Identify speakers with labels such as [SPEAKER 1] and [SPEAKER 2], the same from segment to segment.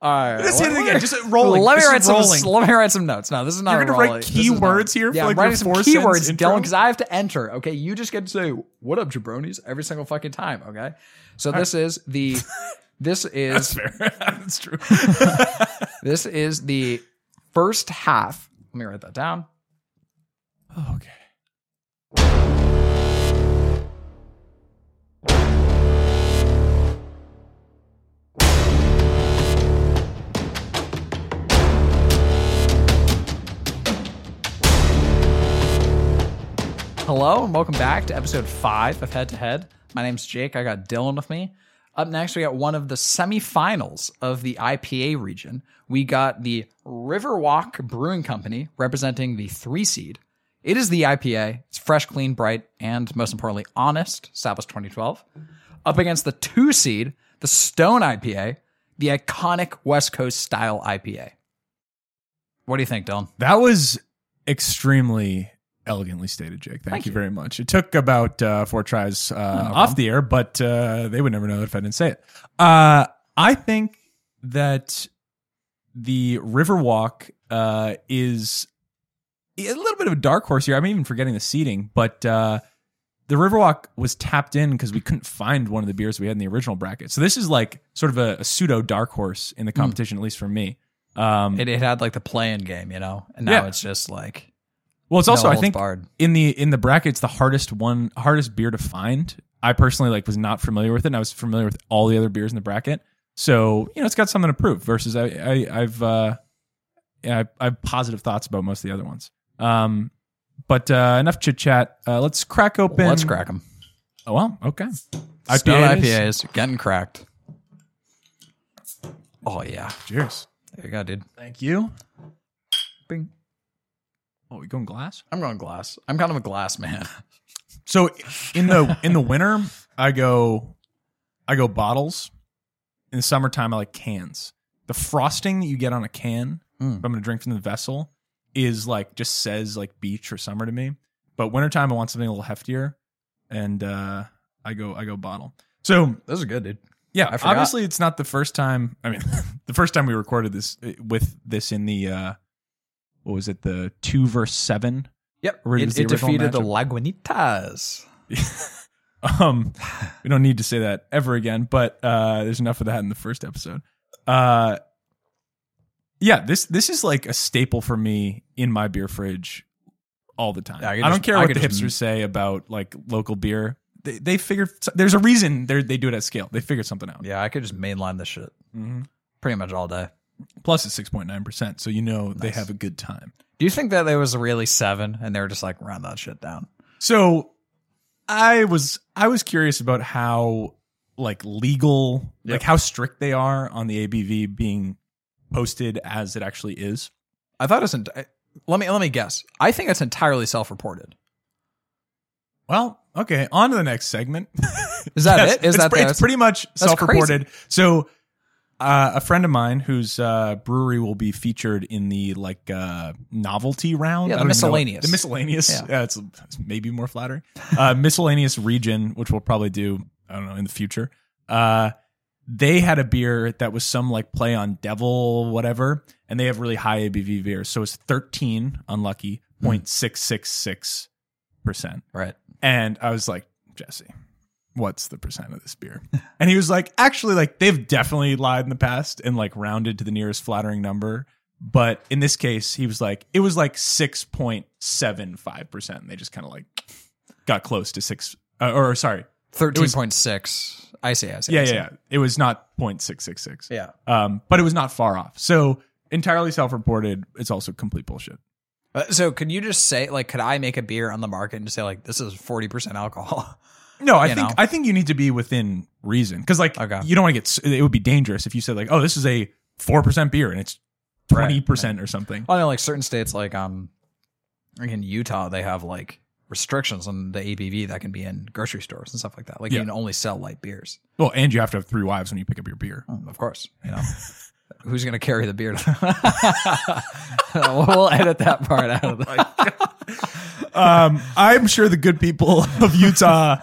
[SPEAKER 1] All right.
[SPEAKER 2] Let's hit it
[SPEAKER 1] Let-
[SPEAKER 2] again. Just rolling.
[SPEAKER 1] Let
[SPEAKER 2] This
[SPEAKER 1] me
[SPEAKER 2] is
[SPEAKER 1] write some.
[SPEAKER 2] rolling.
[SPEAKER 1] Let me write some notes. No, this is not.
[SPEAKER 2] You're gonna
[SPEAKER 1] going
[SPEAKER 2] write
[SPEAKER 1] to
[SPEAKER 2] key words here for,
[SPEAKER 1] Yeah,
[SPEAKER 2] like,
[SPEAKER 1] I'm writing
[SPEAKER 2] your
[SPEAKER 1] some
[SPEAKER 2] four cents
[SPEAKER 1] keywords,
[SPEAKER 2] intro?
[SPEAKER 1] Dylan, because I have to enter. Okay, you just get to say "What up, jabronis" every single fucking time. Okay, so this is the. This is
[SPEAKER 2] Fair. That's true.
[SPEAKER 1] this is the first half. Let me write that down.
[SPEAKER 2] okay.
[SPEAKER 1] Hello and welcome back to episode five of Head to Head. My name's Jake. I got Dylan with me. Up next, we got one of the semifinals of the IPA region. We got the Riverwalk Brewing Company representing the three seed. It is the IPA. It's fresh, clean, bright, and most importantly, honest. Sabas 2012. Up against the two seed, the Stone IPA, the iconic West Coast style IPA. What do you think, Dylan?
[SPEAKER 2] That was extremely elegantly stated, Jake. Thank,
[SPEAKER 1] Thank
[SPEAKER 2] you,
[SPEAKER 1] you.
[SPEAKER 2] very much. It took about uh, four tries uh, off the air, but uh, they would never know that if I didn't say it. Uh, I think that the Riverwalk uh, is a little bit of a dark horse here. I'm even forgetting the seating, but uh, the Riverwalk was tapped in because we couldn't find one of the beers we had in the original bracket. So this is like sort of a, a pseudo dark horse in the competition, at least for me. Um,
[SPEAKER 1] It, it had like the play-in game, you know, and now
[SPEAKER 2] Yeah.
[SPEAKER 1] it's just like
[SPEAKER 2] well, it's
[SPEAKER 1] No
[SPEAKER 2] also I
[SPEAKER 1] holds
[SPEAKER 2] think
[SPEAKER 1] barred.
[SPEAKER 2] in the in the brackets the hardest one hardest beer to find. I personally like was not familiar with it. and I was familiar with all the other beers in the bracket, so you know it's got something to prove. Versus I, I I've uh, yeah, I, I have positive thoughts about most of the other ones. Um, but uh, enough chit chat. Uh, let's crack open.
[SPEAKER 1] let's crack them.
[SPEAKER 2] Oh well, okay.
[SPEAKER 1] Stone
[SPEAKER 2] IPAs.
[SPEAKER 1] IPAs getting cracked. Oh yeah,
[SPEAKER 2] Cheers.
[SPEAKER 1] there you go, dude.
[SPEAKER 2] Thank you.
[SPEAKER 1] Bing.
[SPEAKER 2] Oh, we going glass.
[SPEAKER 1] I'm going glass. I'm kind of a glass man.
[SPEAKER 2] So in the in the winter, I go I go bottles. In the summertime, I like cans. The frosting that you get on a can,
[SPEAKER 1] Mm.
[SPEAKER 2] if I'm gonna drink from the vessel, is like just says like beach or summer to me. But wintertime I want something a little heftier. And uh I go I go bottle. So
[SPEAKER 1] Those are good, dude.
[SPEAKER 2] yeah,
[SPEAKER 1] I forgot.
[SPEAKER 2] obviously it's not the first time I mean the first time we recorded this uh, with this in the uh what was it, the two verse seven
[SPEAKER 1] Yep.
[SPEAKER 2] Or is
[SPEAKER 1] It,
[SPEAKER 2] the
[SPEAKER 1] it
[SPEAKER 2] original
[SPEAKER 1] defeated the Lagunitas.
[SPEAKER 2] Um, we don't need to say that ever again, but uh, there's enough of that in the first episode. Uh, yeah, this this is like a staple for me in my beer fridge all the time.
[SPEAKER 1] Yeah, I
[SPEAKER 2] I,
[SPEAKER 1] could
[SPEAKER 2] don't
[SPEAKER 1] just-
[SPEAKER 2] care
[SPEAKER 1] I
[SPEAKER 2] what
[SPEAKER 1] could
[SPEAKER 2] the
[SPEAKER 1] just-
[SPEAKER 2] hipsters say about like local beer. They, they figure there's a reason they they do it at scale. They figured something out.
[SPEAKER 1] Yeah, I could just mainline this shit
[SPEAKER 2] Mhm.
[SPEAKER 1] pretty much all day.
[SPEAKER 2] Plus, it's six point nine percent, so you know they have a good time.
[SPEAKER 1] Do you think that there was really seven and they were just like round that shit down?
[SPEAKER 2] So I was I was curious about how like legal like how strict they are on the ABV being posted as it actually is.
[SPEAKER 1] I thought it's. Ent- I- let me let me guess. I think it's entirely self-reported.
[SPEAKER 2] Well, okay, on to the next segment.
[SPEAKER 1] Is that
[SPEAKER 2] Yes,
[SPEAKER 1] it? Is
[SPEAKER 2] it's,
[SPEAKER 1] that
[SPEAKER 2] pre-
[SPEAKER 1] the-
[SPEAKER 2] it's pretty much
[SPEAKER 1] crazy.
[SPEAKER 2] self-reported. So uh, a friend of mine whose uh, brewery will be featured in the like uh, novelty round.
[SPEAKER 1] Yeah,
[SPEAKER 2] I
[SPEAKER 1] the
[SPEAKER 2] don't even know what-
[SPEAKER 1] miscellaneous.
[SPEAKER 2] The miscellaneous.
[SPEAKER 1] Yeah.
[SPEAKER 2] Yeah, it's, it's maybe more flattering. uh, miscellaneous region, which we'll probably do. I don't know in the future. Uh, they had a beer that was some like play on devil whatever, and they have really high ABV beers. So it's thirteen unlucky
[SPEAKER 1] Hmm.
[SPEAKER 2] point six six six percent.
[SPEAKER 1] right?
[SPEAKER 2] And I was like, Jesse, what's the percent of this beer? And he was like, actually, like they've definitely lied in the past and like rounded to the nearest flattering number. But in this case, he was like, it was like 6.75%. And they just kind of like got close to six, uh, or sorry.
[SPEAKER 1] Thirteen point six. I see. I see. I
[SPEAKER 2] Yeah, yeah,
[SPEAKER 1] see.
[SPEAKER 2] yeah. It was not 0.666.
[SPEAKER 1] yeah.
[SPEAKER 2] Um, but it was not far off. So entirely self reported. It's also complete bullshit.
[SPEAKER 1] Uh, So could you just say like could I make a beer on the market and just say like this is 40% alcohol?
[SPEAKER 2] No, I
[SPEAKER 1] you
[SPEAKER 2] think
[SPEAKER 1] know?
[SPEAKER 2] I think you need to be within reason because like
[SPEAKER 1] Okay.
[SPEAKER 2] you don't want to get s- it would be dangerous if you said like oh this is a four percent beer and it's
[SPEAKER 1] Right.
[SPEAKER 2] twenty percent or something.
[SPEAKER 1] well, I know like certain states like um like in Utah they have like restrictions on the ABV that can be in grocery stores and stuff like that. Like
[SPEAKER 2] Yeah.
[SPEAKER 1] you can only sell light beers.
[SPEAKER 2] Well, and you have to have three wives when you pick up your beer.
[SPEAKER 1] Mm, Of course, you know. Who's going to carry the beer? we'll edit that part out of the
[SPEAKER 2] Um, I'm sure the good people of Utah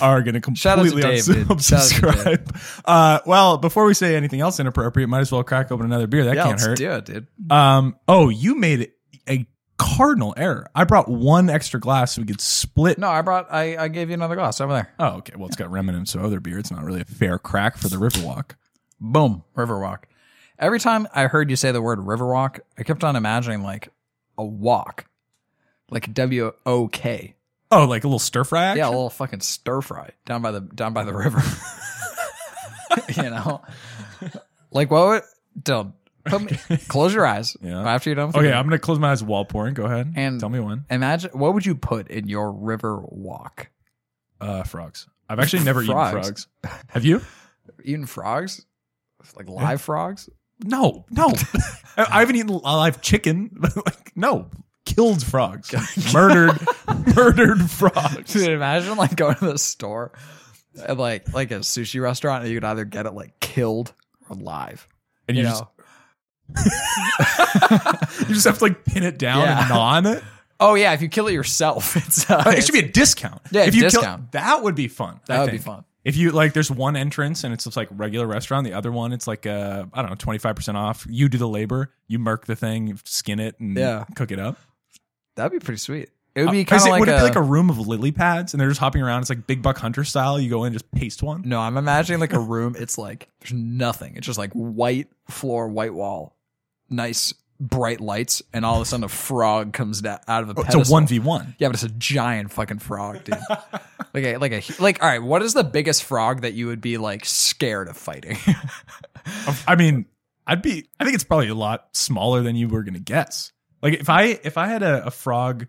[SPEAKER 2] are going to
[SPEAKER 1] Shout out to
[SPEAKER 2] completely
[SPEAKER 1] Dave,
[SPEAKER 2] unsub-
[SPEAKER 1] dude. Shout out to
[SPEAKER 2] unsubscribe. Uh, well, before we say anything else inappropriate, might as well crack open another beer. That
[SPEAKER 1] yeah,
[SPEAKER 2] can't
[SPEAKER 1] let's
[SPEAKER 2] hurt.
[SPEAKER 1] do it, dude.
[SPEAKER 2] Um, oh, you made a cardinal error. I brought one extra glass so we could split.
[SPEAKER 1] No, I brought. I, I gave you another glass over there.
[SPEAKER 2] Oh, okay. Well, it's got remnants of other beer. It's not really a fair crack for the Riverwalk.
[SPEAKER 1] Boom, Riverwalk. Every time I heard you say the word Riverwalk, I kept on imagining like a walk, like W O K.
[SPEAKER 2] Oh, like a little stir fry action?
[SPEAKER 1] Yeah, a little fucking stir fry down by the down by the river. you know, like what? Would, don't put me, close your eyes
[SPEAKER 2] Yeah.
[SPEAKER 1] after you're done.
[SPEAKER 2] Okay,
[SPEAKER 1] thinking.
[SPEAKER 2] I'm gonna close my eyes while pouring. Go ahead.
[SPEAKER 1] And-
[SPEAKER 2] tell me one.
[SPEAKER 1] Imagine what would you put in your river walk?
[SPEAKER 2] Uh, frogs. I've actually never eaten
[SPEAKER 1] Frogs.
[SPEAKER 2] frogs. Have you?
[SPEAKER 1] Eating frogs, like live frogs.
[SPEAKER 2] No, no. I, I haven't eaten live chicken. like, no, killed frogs, murdered, murdered frogs.
[SPEAKER 1] Dude, imagine like going to the store, at like like a sushi restaurant, and you could either get it like killed or live.
[SPEAKER 2] And
[SPEAKER 1] You,
[SPEAKER 2] you,
[SPEAKER 1] know,
[SPEAKER 2] just you just have to like pin it down
[SPEAKER 1] Yeah.
[SPEAKER 2] and gnaw on it.
[SPEAKER 1] oh yeah, if you kill it yourself, it's uh,
[SPEAKER 2] Oh, It should be a discount.
[SPEAKER 1] Yeah,
[SPEAKER 2] if you kill-
[SPEAKER 1] discount.
[SPEAKER 2] that would be fun. I
[SPEAKER 1] That would be
[SPEAKER 2] think.
[SPEAKER 1] fun.
[SPEAKER 2] If you like, there's one entrance and it's just like regular restaurant. The other one, it's like uh, I don't know, 25 percent off. You do the labor, you murk the thing, you skin it, and
[SPEAKER 1] Yeah.
[SPEAKER 2] cook it up.
[SPEAKER 1] that'd be pretty sweet. It would
[SPEAKER 2] Uh,
[SPEAKER 1] be
[SPEAKER 2] is
[SPEAKER 1] kind of
[SPEAKER 2] it-
[SPEAKER 1] like,
[SPEAKER 2] would
[SPEAKER 1] a,
[SPEAKER 2] it be like a room of lily pads and they're just hopping around? It's like Big Buck Hunter style. You go in, and just paste one.
[SPEAKER 1] no. I'm imagining like a room. It's like there's nothing. It's just like white floor, white wall, nice bright lights, and all of a sudden a frog comes down out of a.
[SPEAKER 2] Oh, It's a
[SPEAKER 1] pedestal.
[SPEAKER 2] one v one.
[SPEAKER 1] Yeah, but it's a giant fucking frog, dude. like a like a like. All right, what is the biggest frog that you would be like scared of fighting?
[SPEAKER 2] I mean, I'd be. I think it's probably a lot smaller than you were gonna guess. Like if I if I had a, a frog.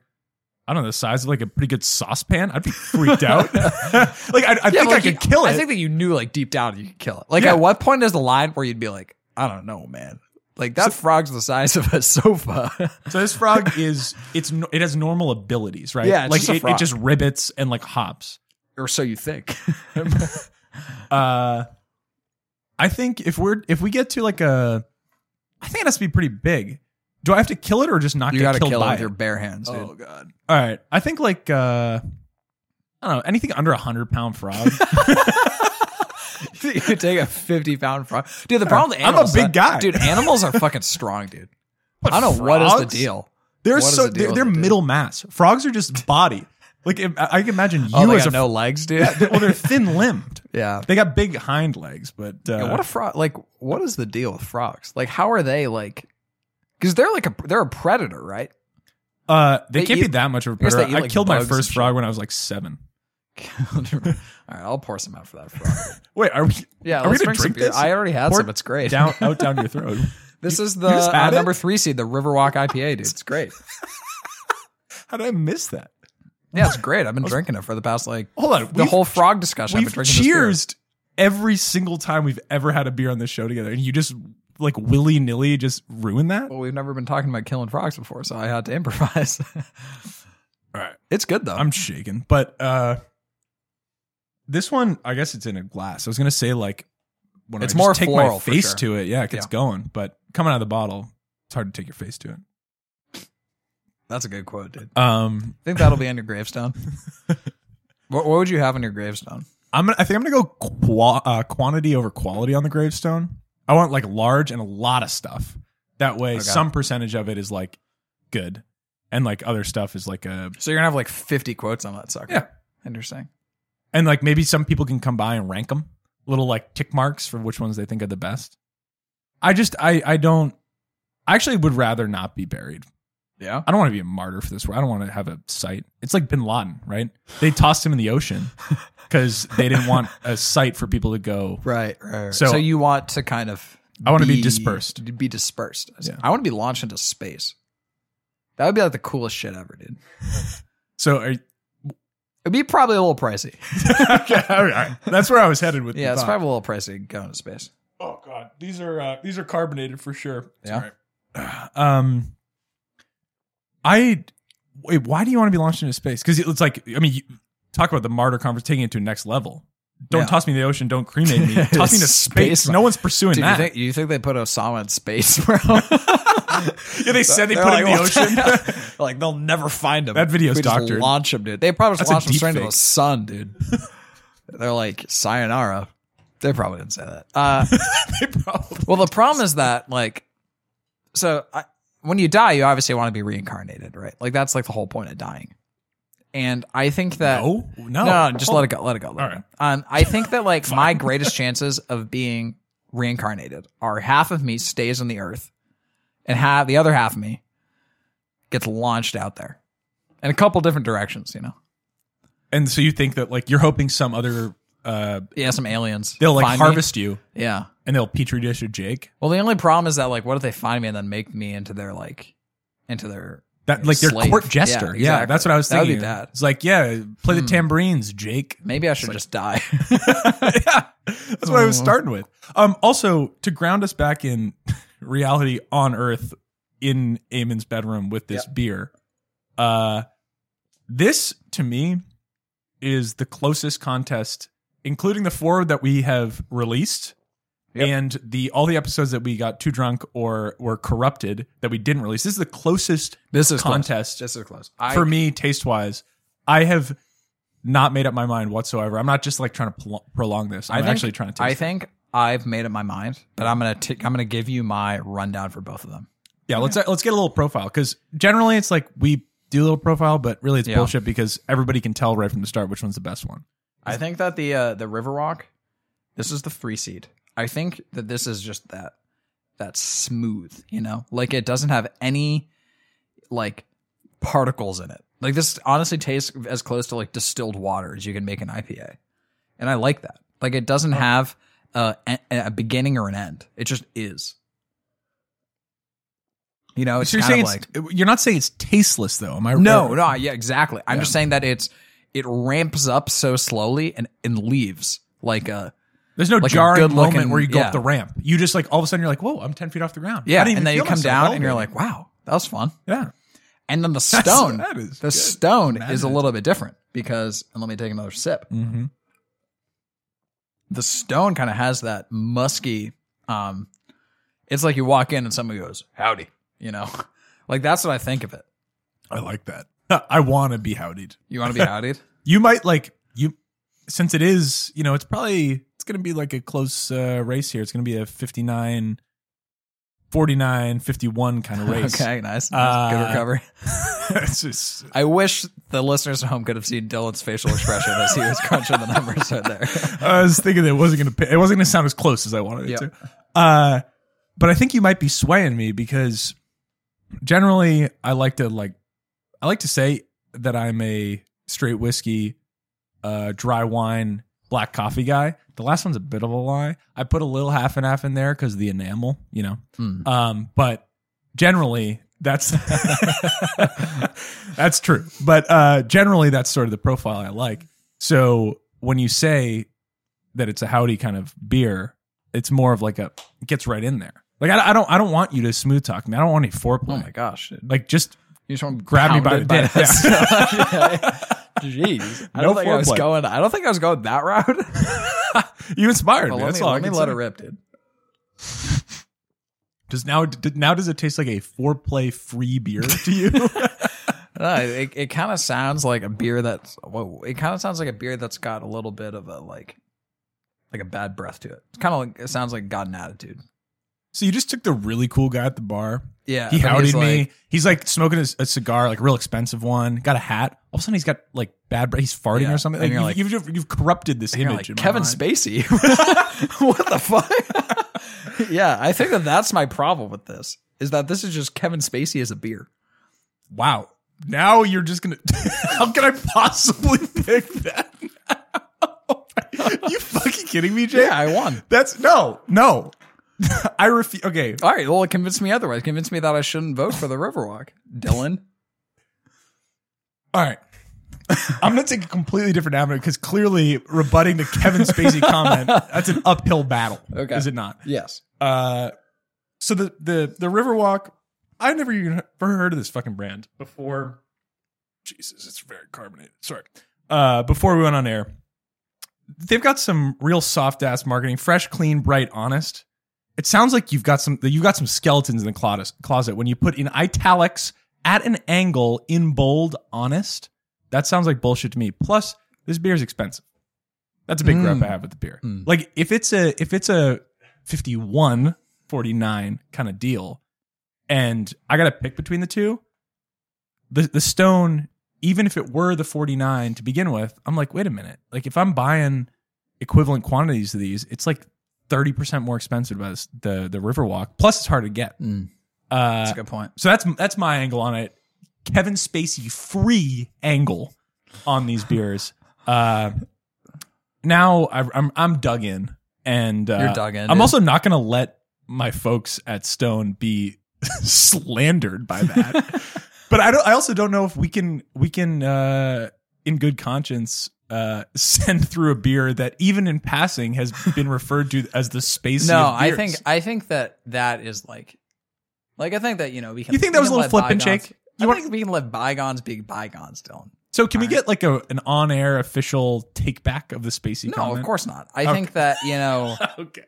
[SPEAKER 2] I don't know the size of like a pretty good saucepan. I'd be freaked out. like I, I
[SPEAKER 1] Yeah,
[SPEAKER 2] think
[SPEAKER 1] but,
[SPEAKER 2] I
[SPEAKER 1] like,
[SPEAKER 2] could
[SPEAKER 1] you-
[SPEAKER 2] kill it.
[SPEAKER 1] I think that you knew like deep down you could kill it. Like
[SPEAKER 2] Yeah.
[SPEAKER 1] at what point is the line where you'd be like, I don't know, man. Like that frog's the size of a sofa.
[SPEAKER 2] So this frog is it's no- it has normal abilities, right?
[SPEAKER 1] Yeah, it's
[SPEAKER 2] like
[SPEAKER 1] just a
[SPEAKER 2] it,
[SPEAKER 1] frog.
[SPEAKER 2] it just ribbits and like hops.
[SPEAKER 1] or so you think.
[SPEAKER 2] Uh, I think if we're if we get to like a, I think it has to be pretty big. Do I have to kill it or just not
[SPEAKER 1] You
[SPEAKER 2] get
[SPEAKER 1] gotta
[SPEAKER 2] killed
[SPEAKER 1] kill it
[SPEAKER 2] by Oh,
[SPEAKER 1] with your bare hands, dude.
[SPEAKER 2] god! All right, I think like uh, I don't know anything under a hundred pound frog.
[SPEAKER 1] you could take a fifty pound frog. Dude, the problem with
[SPEAKER 2] I'm a
[SPEAKER 1] animals
[SPEAKER 2] big
[SPEAKER 1] that-
[SPEAKER 2] guy.
[SPEAKER 1] Dude, animals are fucking strong, dude.
[SPEAKER 2] But
[SPEAKER 1] I don't know what is the
[SPEAKER 2] frogs?
[SPEAKER 1] deal.
[SPEAKER 2] They're
[SPEAKER 1] What is
[SPEAKER 2] so
[SPEAKER 1] the deal
[SPEAKER 2] they're,
[SPEAKER 1] with
[SPEAKER 2] they're
[SPEAKER 1] it, dude?
[SPEAKER 2] middle mass. Frogs are just body. Like if, I I can imagine you
[SPEAKER 1] Oh, they
[SPEAKER 2] as
[SPEAKER 1] got
[SPEAKER 2] a
[SPEAKER 1] no legs, dude.
[SPEAKER 2] well, they're thin limbed.
[SPEAKER 1] yeah.
[SPEAKER 2] They got big hind legs, but uh,
[SPEAKER 1] Yeah, what a frog! Like, what is the deal with frogs? Like, how are they like? Because they're like a they're a predator, right?
[SPEAKER 2] Uh, they,
[SPEAKER 1] They
[SPEAKER 2] can't
[SPEAKER 1] eat-
[SPEAKER 2] be that much of a
[SPEAKER 1] I guess they
[SPEAKER 2] predator.
[SPEAKER 1] eat,
[SPEAKER 2] I
[SPEAKER 1] like,
[SPEAKER 2] killed my
[SPEAKER 1] bugs and
[SPEAKER 2] first
[SPEAKER 1] shit.
[SPEAKER 2] frog when I was like seven.
[SPEAKER 1] All right, I'll pour some out for that frog.
[SPEAKER 2] Wait, are we?
[SPEAKER 1] Yeah,
[SPEAKER 2] are we
[SPEAKER 1] let's
[SPEAKER 2] gonna
[SPEAKER 1] drink some
[SPEAKER 2] drink
[SPEAKER 1] beer.
[SPEAKER 2] this?
[SPEAKER 1] I already had
[SPEAKER 2] Pour
[SPEAKER 1] some. It's great.
[SPEAKER 2] down out down your throat.
[SPEAKER 1] this is the
[SPEAKER 2] you just
[SPEAKER 1] uh,
[SPEAKER 2] had it?
[SPEAKER 1] number three seed, the Riverwalk IPA, dude. It's great.
[SPEAKER 2] How did I miss that?
[SPEAKER 1] Yeah, it's great. I've been drinking it for the past like
[SPEAKER 2] Hold on,
[SPEAKER 1] the
[SPEAKER 2] we've-
[SPEAKER 1] whole frog discussion. I've been
[SPEAKER 2] We've
[SPEAKER 1] drinking. this beer.
[SPEAKER 2] cheersed every single time we've ever had a beer on this show together, and you just like willy nilly just ruin that. All
[SPEAKER 1] Well, we've never been talking about killing frogs before, so I had to improvise.
[SPEAKER 2] right,
[SPEAKER 1] it's good though.
[SPEAKER 2] I'm shaking, but uh, this one, I guess it's in a glass. I was gonna say like when
[SPEAKER 1] It's
[SPEAKER 2] I just
[SPEAKER 1] more
[SPEAKER 2] take
[SPEAKER 1] floral
[SPEAKER 2] my
[SPEAKER 1] for
[SPEAKER 2] face
[SPEAKER 1] sure.
[SPEAKER 2] to it, yeah, it gets
[SPEAKER 1] Yeah.
[SPEAKER 2] going. But coming out of the bottle, it's hard to take your face to it.
[SPEAKER 1] That's a good quote, dude.
[SPEAKER 2] Um,
[SPEAKER 1] I think that'll be on your gravestone. what, what would you have on your gravestone?
[SPEAKER 2] I'm gonna, I think I'm gonna go qua- uh, quantity over quality on the gravestone. I want like large and a lot of stuff. That way,
[SPEAKER 1] Okay.
[SPEAKER 2] some percentage of it is like good, and like other stuff is like a
[SPEAKER 1] So you're gonna have like 50 quotes on that sucker.
[SPEAKER 2] Yeah.
[SPEAKER 1] interesting.
[SPEAKER 2] and like maybe some people can come by and rank them. Little like tick marks for which ones they think are the best. I just I I don't. I actually would rather not be buried.
[SPEAKER 1] Yeah.
[SPEAKER 2] I don't want to be a martyr for this. I don't want to have a site. It's like Bin Laden, right? They tossed him in the ocean because they didn't want a site for people to go
[SPEAKER 1] Right. Right. right. So,
[SPEAKER 2] So-
[SPEAKER 1] you want to kind of.
[SPEAKER 2] I wanna be dispersed.
[SPEAKER 1] Be dispersed. I see.
[SPEAKER 2] Yeah.
[SPEAKER 1] I want to be launched into space. That would be like the coolest shit ever, dude.
[SPEAKER 2] So are,
[SPEAKER 1] It'd be probably a little pricey.
[SPEAKER 2] okay, all right. That's where I was headed with.
[SPEAKER 1] Yeah,
[SPEAKER 2] the
[SPEAKER 1] it's
[SPEAKER 2] thought.
[SPEAKER 1] probably a little pricey going to space.
[SPEAKER 2] Oh god, these are uh, these are carbonated for sure. It's
[SPEAKER 1] Yeah.
[SPEAKER 2] all right. Um, I wait. Why do you want to be launched into space? Because it's like I mean, you, talk about the martyr conference taking it to next level. Don't
[SPEAKER 1] Yeah.
[SPEAKER 2] toss me in the ocean. Don't cremate me. toss me into space.
[SPEAKER 1] Space.
[SPEAKER 2] No one's pursuing
[SPEAKER 1] Dude, you
[SPEAKER 2] that.
[SPEAKER 1] think, you think they put Osama in space, bro?
[SPEAKER 2] yeah, they said they put him in the ocean.
[SPEAKER 1] like they'll never find him.
[SPEAKER 2] That video's
[SPEAKER 1] we just
[SPEAKER 2] doctored.
[SPEAKER 1] launch him, dude. They probably just
[SPEAKER 2] That's a
[SPEAKER 1] launched him
[SPEAKER 2] deep
[SPEAKER 1] straight into
[SPEAKER 2] fake.
[SPEAKER 1] the sun, dude. They're like, sayonara. They probably didn't say that. Uh,
[SPEAKER 2] They probably-
[SPEAKER 1] well, the problem is that, like, so I, when you die, you obviously want to be reincarnated, right? Like, that's like the whole point of dying. And I think that.
[SPEAKER 2] no, no,
[SPEAKER 1] No, no, just let it go. Let it go. Let
[SPEAKER 2] All
[SPEAKER 1] it go.
[SPEAKER 2] right.
[SPEAKER 1] Um, I think that like my greatest chances of being reincarnated are half of me stays on the earth, and half the other half of me gets launched out there in a couple different directions. You know,
[SPEAKER 2] And so you think that like you're hoping some other uh
[SPEAKER 1] yeah, some aliens
[SPEAKER 2] they'll like
[SPEAKER 1] find me.
[SPEAKER 2] harvest you
[SPEAKER 1] Yeah.
[SPEAKER 2] and they'll petri dish your Jake.
[SPEAKER 1] Well, the only problem is that like, what if they find me and then make me into their like into their
[SPEAKER 2] That like their
[SPEAKER 1] Slave.
[SPEAKER 2] court
[SPEAKER 1] Yeah,
[SPEAKER 2] jester. Yeah,
[SPEAKER 1] exactly.
[SPEAKER 2] that's what I was
[SPEAKER 1] That would be
[SPEAKER 2] thinking.
[SPEAKER 1] bad.
[SPEAKER 2] It's like yeah, play
[SPEAKER 1] Hmm.
[SPEAKER 2] the tambourines, Jake.
[SPEAKER 1] maybe I should just die.
[SPEAKER 2] yeah, that's what I
[SPEAKER 1] Oh.
[SPEAKER 2] was starting with. Um, also to ground us back in reality on Earth in Eamon's bedroom with this beer. Uh, this to me is the closest contest, including the four that we have released.
[SPEAKER 1] Yep.
[SPEAKER 2] And the all the episodes that we got too drunk or were corrupted that we didn't release. This is the closest
[SPEAKER 1] this is
[SPEAKER 2] contest
[SPEAKER 1] Close. This is close. I,
[SPEAKER 2] for me taste wise. I have not made up my mind whatsoever. I'm not just like trying to pl- prolong this. I'm
[SPEAKER 1] I think-
[SPEAKER 2] actually trying to taste.
[SPEAKER 1] I think I've made up my mind, but I'm gonna i I'm gonna give you my rundown for both of them.
[SPEAKER 2] Yeah, let's let's get a little profile because generally it's like we do a little profile, but really it's
[SPEAKER 1] Yeah.
[SPEAKER 2] bullshit because everybody can tell right from the start which one's the best one.
[SPEAKER 1] I think that the uh, the Riverwalk, this is the three seed. I think that this is just that that smooth, you know, like it doesn't have any like particles in it. Like this honestly tastes as close to like distilled water as you can make an IPA, and I like that. Like it
[SPEAKER 2] Oh.
[SPEAKER 1] doesn't have a, a, a beginning or an end. It just is. You know, it's
[SPEAKER 2] So you're
[SPEAKER 1] kind of
[SPEAKER 2] saying
[SPEAKER 1] like
[SPEAKER 2] it's, you're not saying it's tasteless though, am I?
[SPEAKER 1] no,
[SPEAKER 2] or-
[SPEAKER 1] no, yeah, exactly. I'm just saying that it's it ramps up so slowly and and leaves like uh, a
[SPEAKER 2] There's no
[SPEAKER 1] Like a
[SPEAKER 2] jarring
[SPEAKER 1] good-looking-
[SPEAKER 2] moment where you go
[SPEAKER 1] yeah.
[SPEAKER 2] up the ramp. You just like all of a sudden you're like, whoa, I'm ten feet off the ground. I
[SPEAKER 1] yeah,
[SPEAKER 2] didn't even
[SPEAKER 1] and then you
[SPEAKER 2] feel
[SPEAKER 1] come
[SPEAKER 2] myself
[SPEAKER 1] down and you're
[SPEAKER 2] elevating.
[SPEAKER 1] like, wow, that was fun.
[SPEAKER 2] yeah,
[SPEAKER 1] And then the stone,
[SPEAKER 2] that is
[SPEAKER 1] the
[SPEAKER 2] good.
[SPEAKER 1] stone is a
[SPEAKER 2] Imagine.
[SPEAKER 1] little bit different because, and let me take another sip.
[SPEAKER 2] Mhm.
[SPEAKER 1] The stone kind of has that musky. um It's like you walk in and somebody goes, "Howdy," you know, like that's what I think of it.
[SPEAKER 2] I like that. I want to be howdied.
[SPEAKER 1] You want to be howdied?
[SPEAKER 2] You might like you since it is, you know, it's probably it's going to be like a close uh, race here. It's going to be a 59 49 51 kind of race.
[SPEAKER 1] okay, nice, nice.
[SPEAKER 2] Uh,
[SPEAKER 1] good recovery.
[SPEAKER 2] it's just
[SPEAKER 1] I wish the listeners at home could have seen Dylan's facial expression as he was crunching the numbers right there.
[SPEAKER 2] I was thinking that it wasn't going to it wasn't going to sound as close as I wanted it
[SPEAKER 1] Yeah.
[SPEAKER 2] to. Uh but I think you might be swaying me because generally I like to like I like to say that I'm a straight whiskey uh dry wine black coffee guy. The last one's a bit of a lie. I put a little half and half in there cuz the enamel, you know.
[SPEAKER 1] Mm.
[SPEAKER 2] Um but generally that's that's true. But uh generally that's sort of the profile I like. So when you say that it's a howdy kind of beer, it's more of like a it gets right in there. Like I, I don't I don't want you to smooth talk me. I don't want any
[SPEAKER 1] Oh
[SPEAKER 2] foreplay.
[SPEAKER 1] my gosh. dude.
[SPEAKER 2] Like just
[SPEAKER 1] You just want to
[SPEAKER 2] Grab me by
[SPEAKER 1] pounded
[SPEAKER 2] the dick,
[SPEAKER 1] that
[SPEAKER 2] yeah.
[SPEAKER 1] stuff. Jeez. I
[SPEAKER 2] No
[SPEAKER 1] don't think I was
[SPEAKER 2] foreplay.
[SPEAKER 1] going I don't think I was going that route.
[SPEAKER 2] you inspired
[SPEAKER 1] Well,
[SPEAKER 2] me.
[SPEAKER 1] let
[SPEAKER 2] That's
[SPEAKER 1] me,
[SPEAKER 2] all.
[SPEAKER 1] let, me let it rip, dude.
[SPEAKER 2] Does now d- now does it taste like a foreplay free beer to you?
[SPEAKER 1] No, it it kind of sounds like a beer that's whoa, it kind of sounds like a beer that's got a little bit of a like like a bad breath to it. It's kind of like it sounds like got an attitude.
[SPEAKER 2] so you just took the really cool guy at the bar.
[SPEAKER 1] Yeah.
[SPEAKER 2] he
[SPEAKER 1] but he's
[SPEAKER 2] howdied me.
[SPEAKER 1] like-
[SPEAKER 2] he's like smoking a, a cigar, like a real expensive one. Got a hat. All of a sudden, he's got like bad breath. He's farting
[SPEAKER 1] Yeah.
[SPEAKER 2] or something.
[SPEAKER 1] And
[SPEAKER 2] Like,
[SPEAKER 1] you're
[SPEAKER 2] you've,
[SPEAKER 1] like-
[SPEAKER 2] you've, you've, corrupted this
[SPEAKER 1] You're like,
[SPEAKER 2] image. in my
[SPEAKER 1] Kevin
[SPEAKER 2] mind.
[SPEAKER 1] Spacey. what the fuck? yeah, I think that that's my problem with this is that this is just Kevin Spacey as a beer.
[SPEAKER 2] Wow. Now you're just gonna. How can I possibly pick that? you fucking kidding me, Jay?
[SPEAKER 1] Yeah, I won.
[SPEAKER 2] That's no, no. I refuse. Okay,
[SPEAKER 1] All right, well, it convinced me otherwise. Convinced me that I shouldn't vote for the Riverwalk, Dylan.
[SPEAKER 2] all right. I'm gonna take a completely different avenue because clearly rebutting the Kevin Spacey comment that's an uphill battle.
[SPEAKER 1] Okay.
[SPEAKER 2] is it not?
[SPEAKER 1] Yes.
[SPEAKER 2] Uh, so the the the Riverwalk, I never even he- ever heard of this fucking brand before. Jesus, it's very carbonated. Sorry. Uh, before we went on air, they've got some real soft ass marketing, fresh, clean, bright, honest. It sounds like you've got some you've got some skeletons in the closet. Closet when you put in italics at an angle in bold, honest. That sounds like bullshit to me. Plus, this beer is expensive. That's a big gripe I have with the beer. Like if it's a if it's a 51 49 kind of deal and I got to pick between the two, the the stone even if it were the 49 to begin with, I'm like, wait a minute. Like if I'm buying equivalent quantities of these, it's like 30% more expensive by this, the the Riverwalk. Plus it's hard to get.
[SPEAKER 1] Mm.
[SPEAKER 2] Uh,
[SPEAKER 1] That's a good point.
[SPEAKER 2] so that's that's my angle on it. Kevin Spacey free angle on these beers. Uh, now I, I'm I'm dug in, and uh,
[SPEAKER 1] You're dug in,
[SPEAKER 2] I'm
[SPEAKER 1] dude.
[SPEAKER 2] also not going to let my folks at Stone be slandered by that. but I don't. I also don't know if we can we can uh, in good conscience. Uh, send through a beer that even in passing has been referred to as the space.
[SPEAKER 1] No, I think I think that that is like, like I think that you know we can.
[SPEAKER 2] You think
[SPEAKER 1] we
[SPEAKER 2] that was
[SPEAKER 1] can
[SPEAKER 2] a little
[SPEAKER 1] let
[SPEAKER 2] flip and
[SPEAKER 1] bygones-
[SPEAKER 2] shake?
[SPEAKER 1] I
[SPEAKER 2] You want-
[SPEAKER 1] think we can let bygones be bygones, Dylan.
[SPEAKER 2] So can we get like a an on air official take back of the spacey
[SPEAKER 1] No,
[SPEAKER 2] comment?
[SPEAKER 1] of course not. I think that you know,
[SPEAKER 2] okay.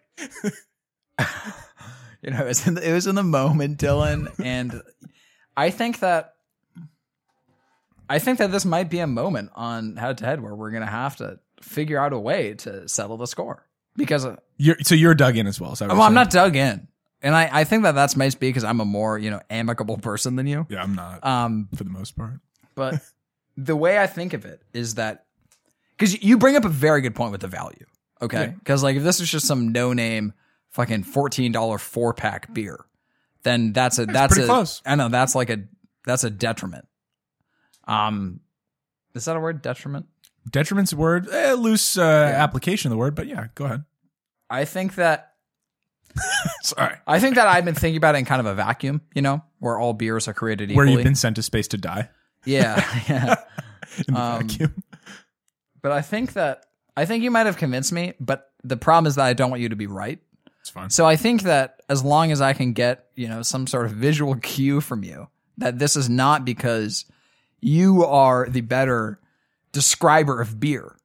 [SPEAKER 1] you know, it was in the, it was in the moment, Dylan, and I think that I think that this might be a moment on head to head where we're gonna have to figure out a way to settle the score because uh,
[SPEAKER 2] You're, so you're dug in as well. Is that what
[SPEAKER 1] well, I'm
[SPEAKER 2] you're
[SPEAKER 1] not dug in, and I I think that that's might be because I'm a more you know amicable person than you.
[SPEAKER 2] saying? Yeah, I'm not
[SPEAKER 1] Um,
[SPEAKER 2] for the most part.
[SPEAKER 1] but the way I think of it is that because you bring up a very good point with the value, okay? Because like if this is just some no name fucking fourteen dollar four pack beer, then that's a that's
[SPEAKER 2] pretty
[SPEAKER 1] a
[SPEAKER 2] close.
[SPEAKER 1] I know that's like a that's a detriment. Um, is that a word detriment?
[SPEAKER 2] Detriment's a word, eh, loose uh, application of the word, but yeah, go ahead.
[SPEAKER 1] I think that
[SPEAKER 2] Sorry,
[SPEAKER 1] I think that I've been thinking about it in kind of a vacuum, you know, where all beers are created
[SPEAKER 2] where
[SPEAKER 1] equally.
[SPEAKER 2] you've been sent to space to die
[SPEAKER 1] yeah, yeah.
[SPEAKER 2] in the
[SPEAKER 1] Um,
[SPEAKER 2] vacuum.
[SPEAKER 1] But I think that I think you might have convinced me, but the problem is that I don't want you to be right.
[SPEAKER 2] It's fine.
[SPEAKER 1] So I think that as long as I can get, you know, some sort of visual cue from you that this is not because you are the better describer of beer,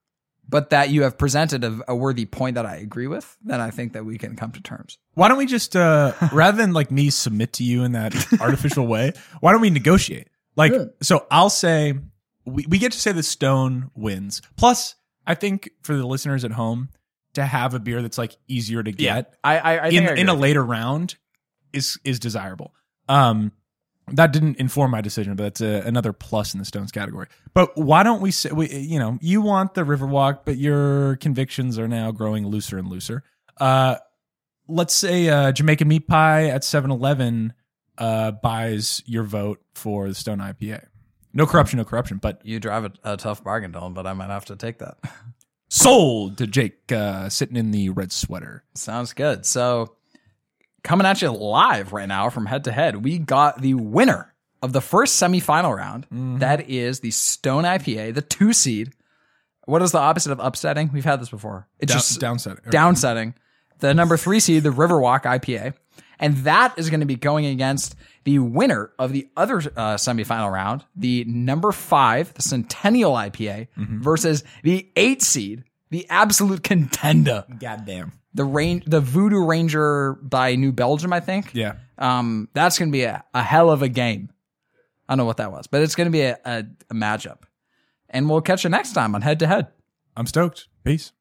[SPEAKER 1] but that you have presented a, a worthy point that I agree with, then I think that we can come to terms.
[SPEAKER 2] Why don't we just uh, rather than like me submit to you in that artificial way? Why don't we negotiate? Like, so I'll say we, we get to say the stone wins. Plus, I think for the listeners at home to have a beer that's like easier to get
[SPEAKER 1] I, I, I think
[SPEAKER 2] in
[SPEAKER 1] I
[SPEAKER 2] in a
[SPEAKER 1] agree.
[SPEAKER 2] later round is is desirable. Um, that didn't inform my decision, but that's a, another plus in the stones category. But why don't we say we, you know you want the Riverwalk, but your convictions are now growing looser and looser. Uh, let's say uh, Jamaican meat pie at 7-Eleven uh, buys your vote for the Stone IPA. No corruption, no corruption, but
[SPEAKER 1] you drive a, a tough bargain, Dylan, but I might have to take that.
[SPEAKER 2] sold to Jake uh, sitting in the red sweater.
[SPEAKER 1] Sounds good. So, coming at you live right now from head to head, we got the winner of the first semifinal round.
[SPEAKER 2] Mm-hmm.
[SPEAKER 1] That is the Stone IPA, the two seed. What is the opposite of upsetting? We've had this before. It's
[SPEAKER 2] Down,
[SPEAKER 1] just
[SPEAKER 2] downside.
[SPEAKER 1] downsetting. The number three seed, the Riverwalk IPA. And that is going to be going against the winner of the other uh, semifinal round, the number five, the Centennial IPA,
[SPEAKER 2] Mm-hmm.
[SPEAKER 1] versus the eight seed, the absolute contender
[SPEAKER 2] Goddamn.
[SPEAKER 1] the rain the voodoo ranger by new belgium i think
[SPEAKER 2] Yeah.
[SPEAKER 1] um that's gonna be a, a hell of a game i don't know what that was but it's gonna be a, a, a matchup and we'll catch you next time on head to head
[SPEAKER 2] I'm stoked. Peace.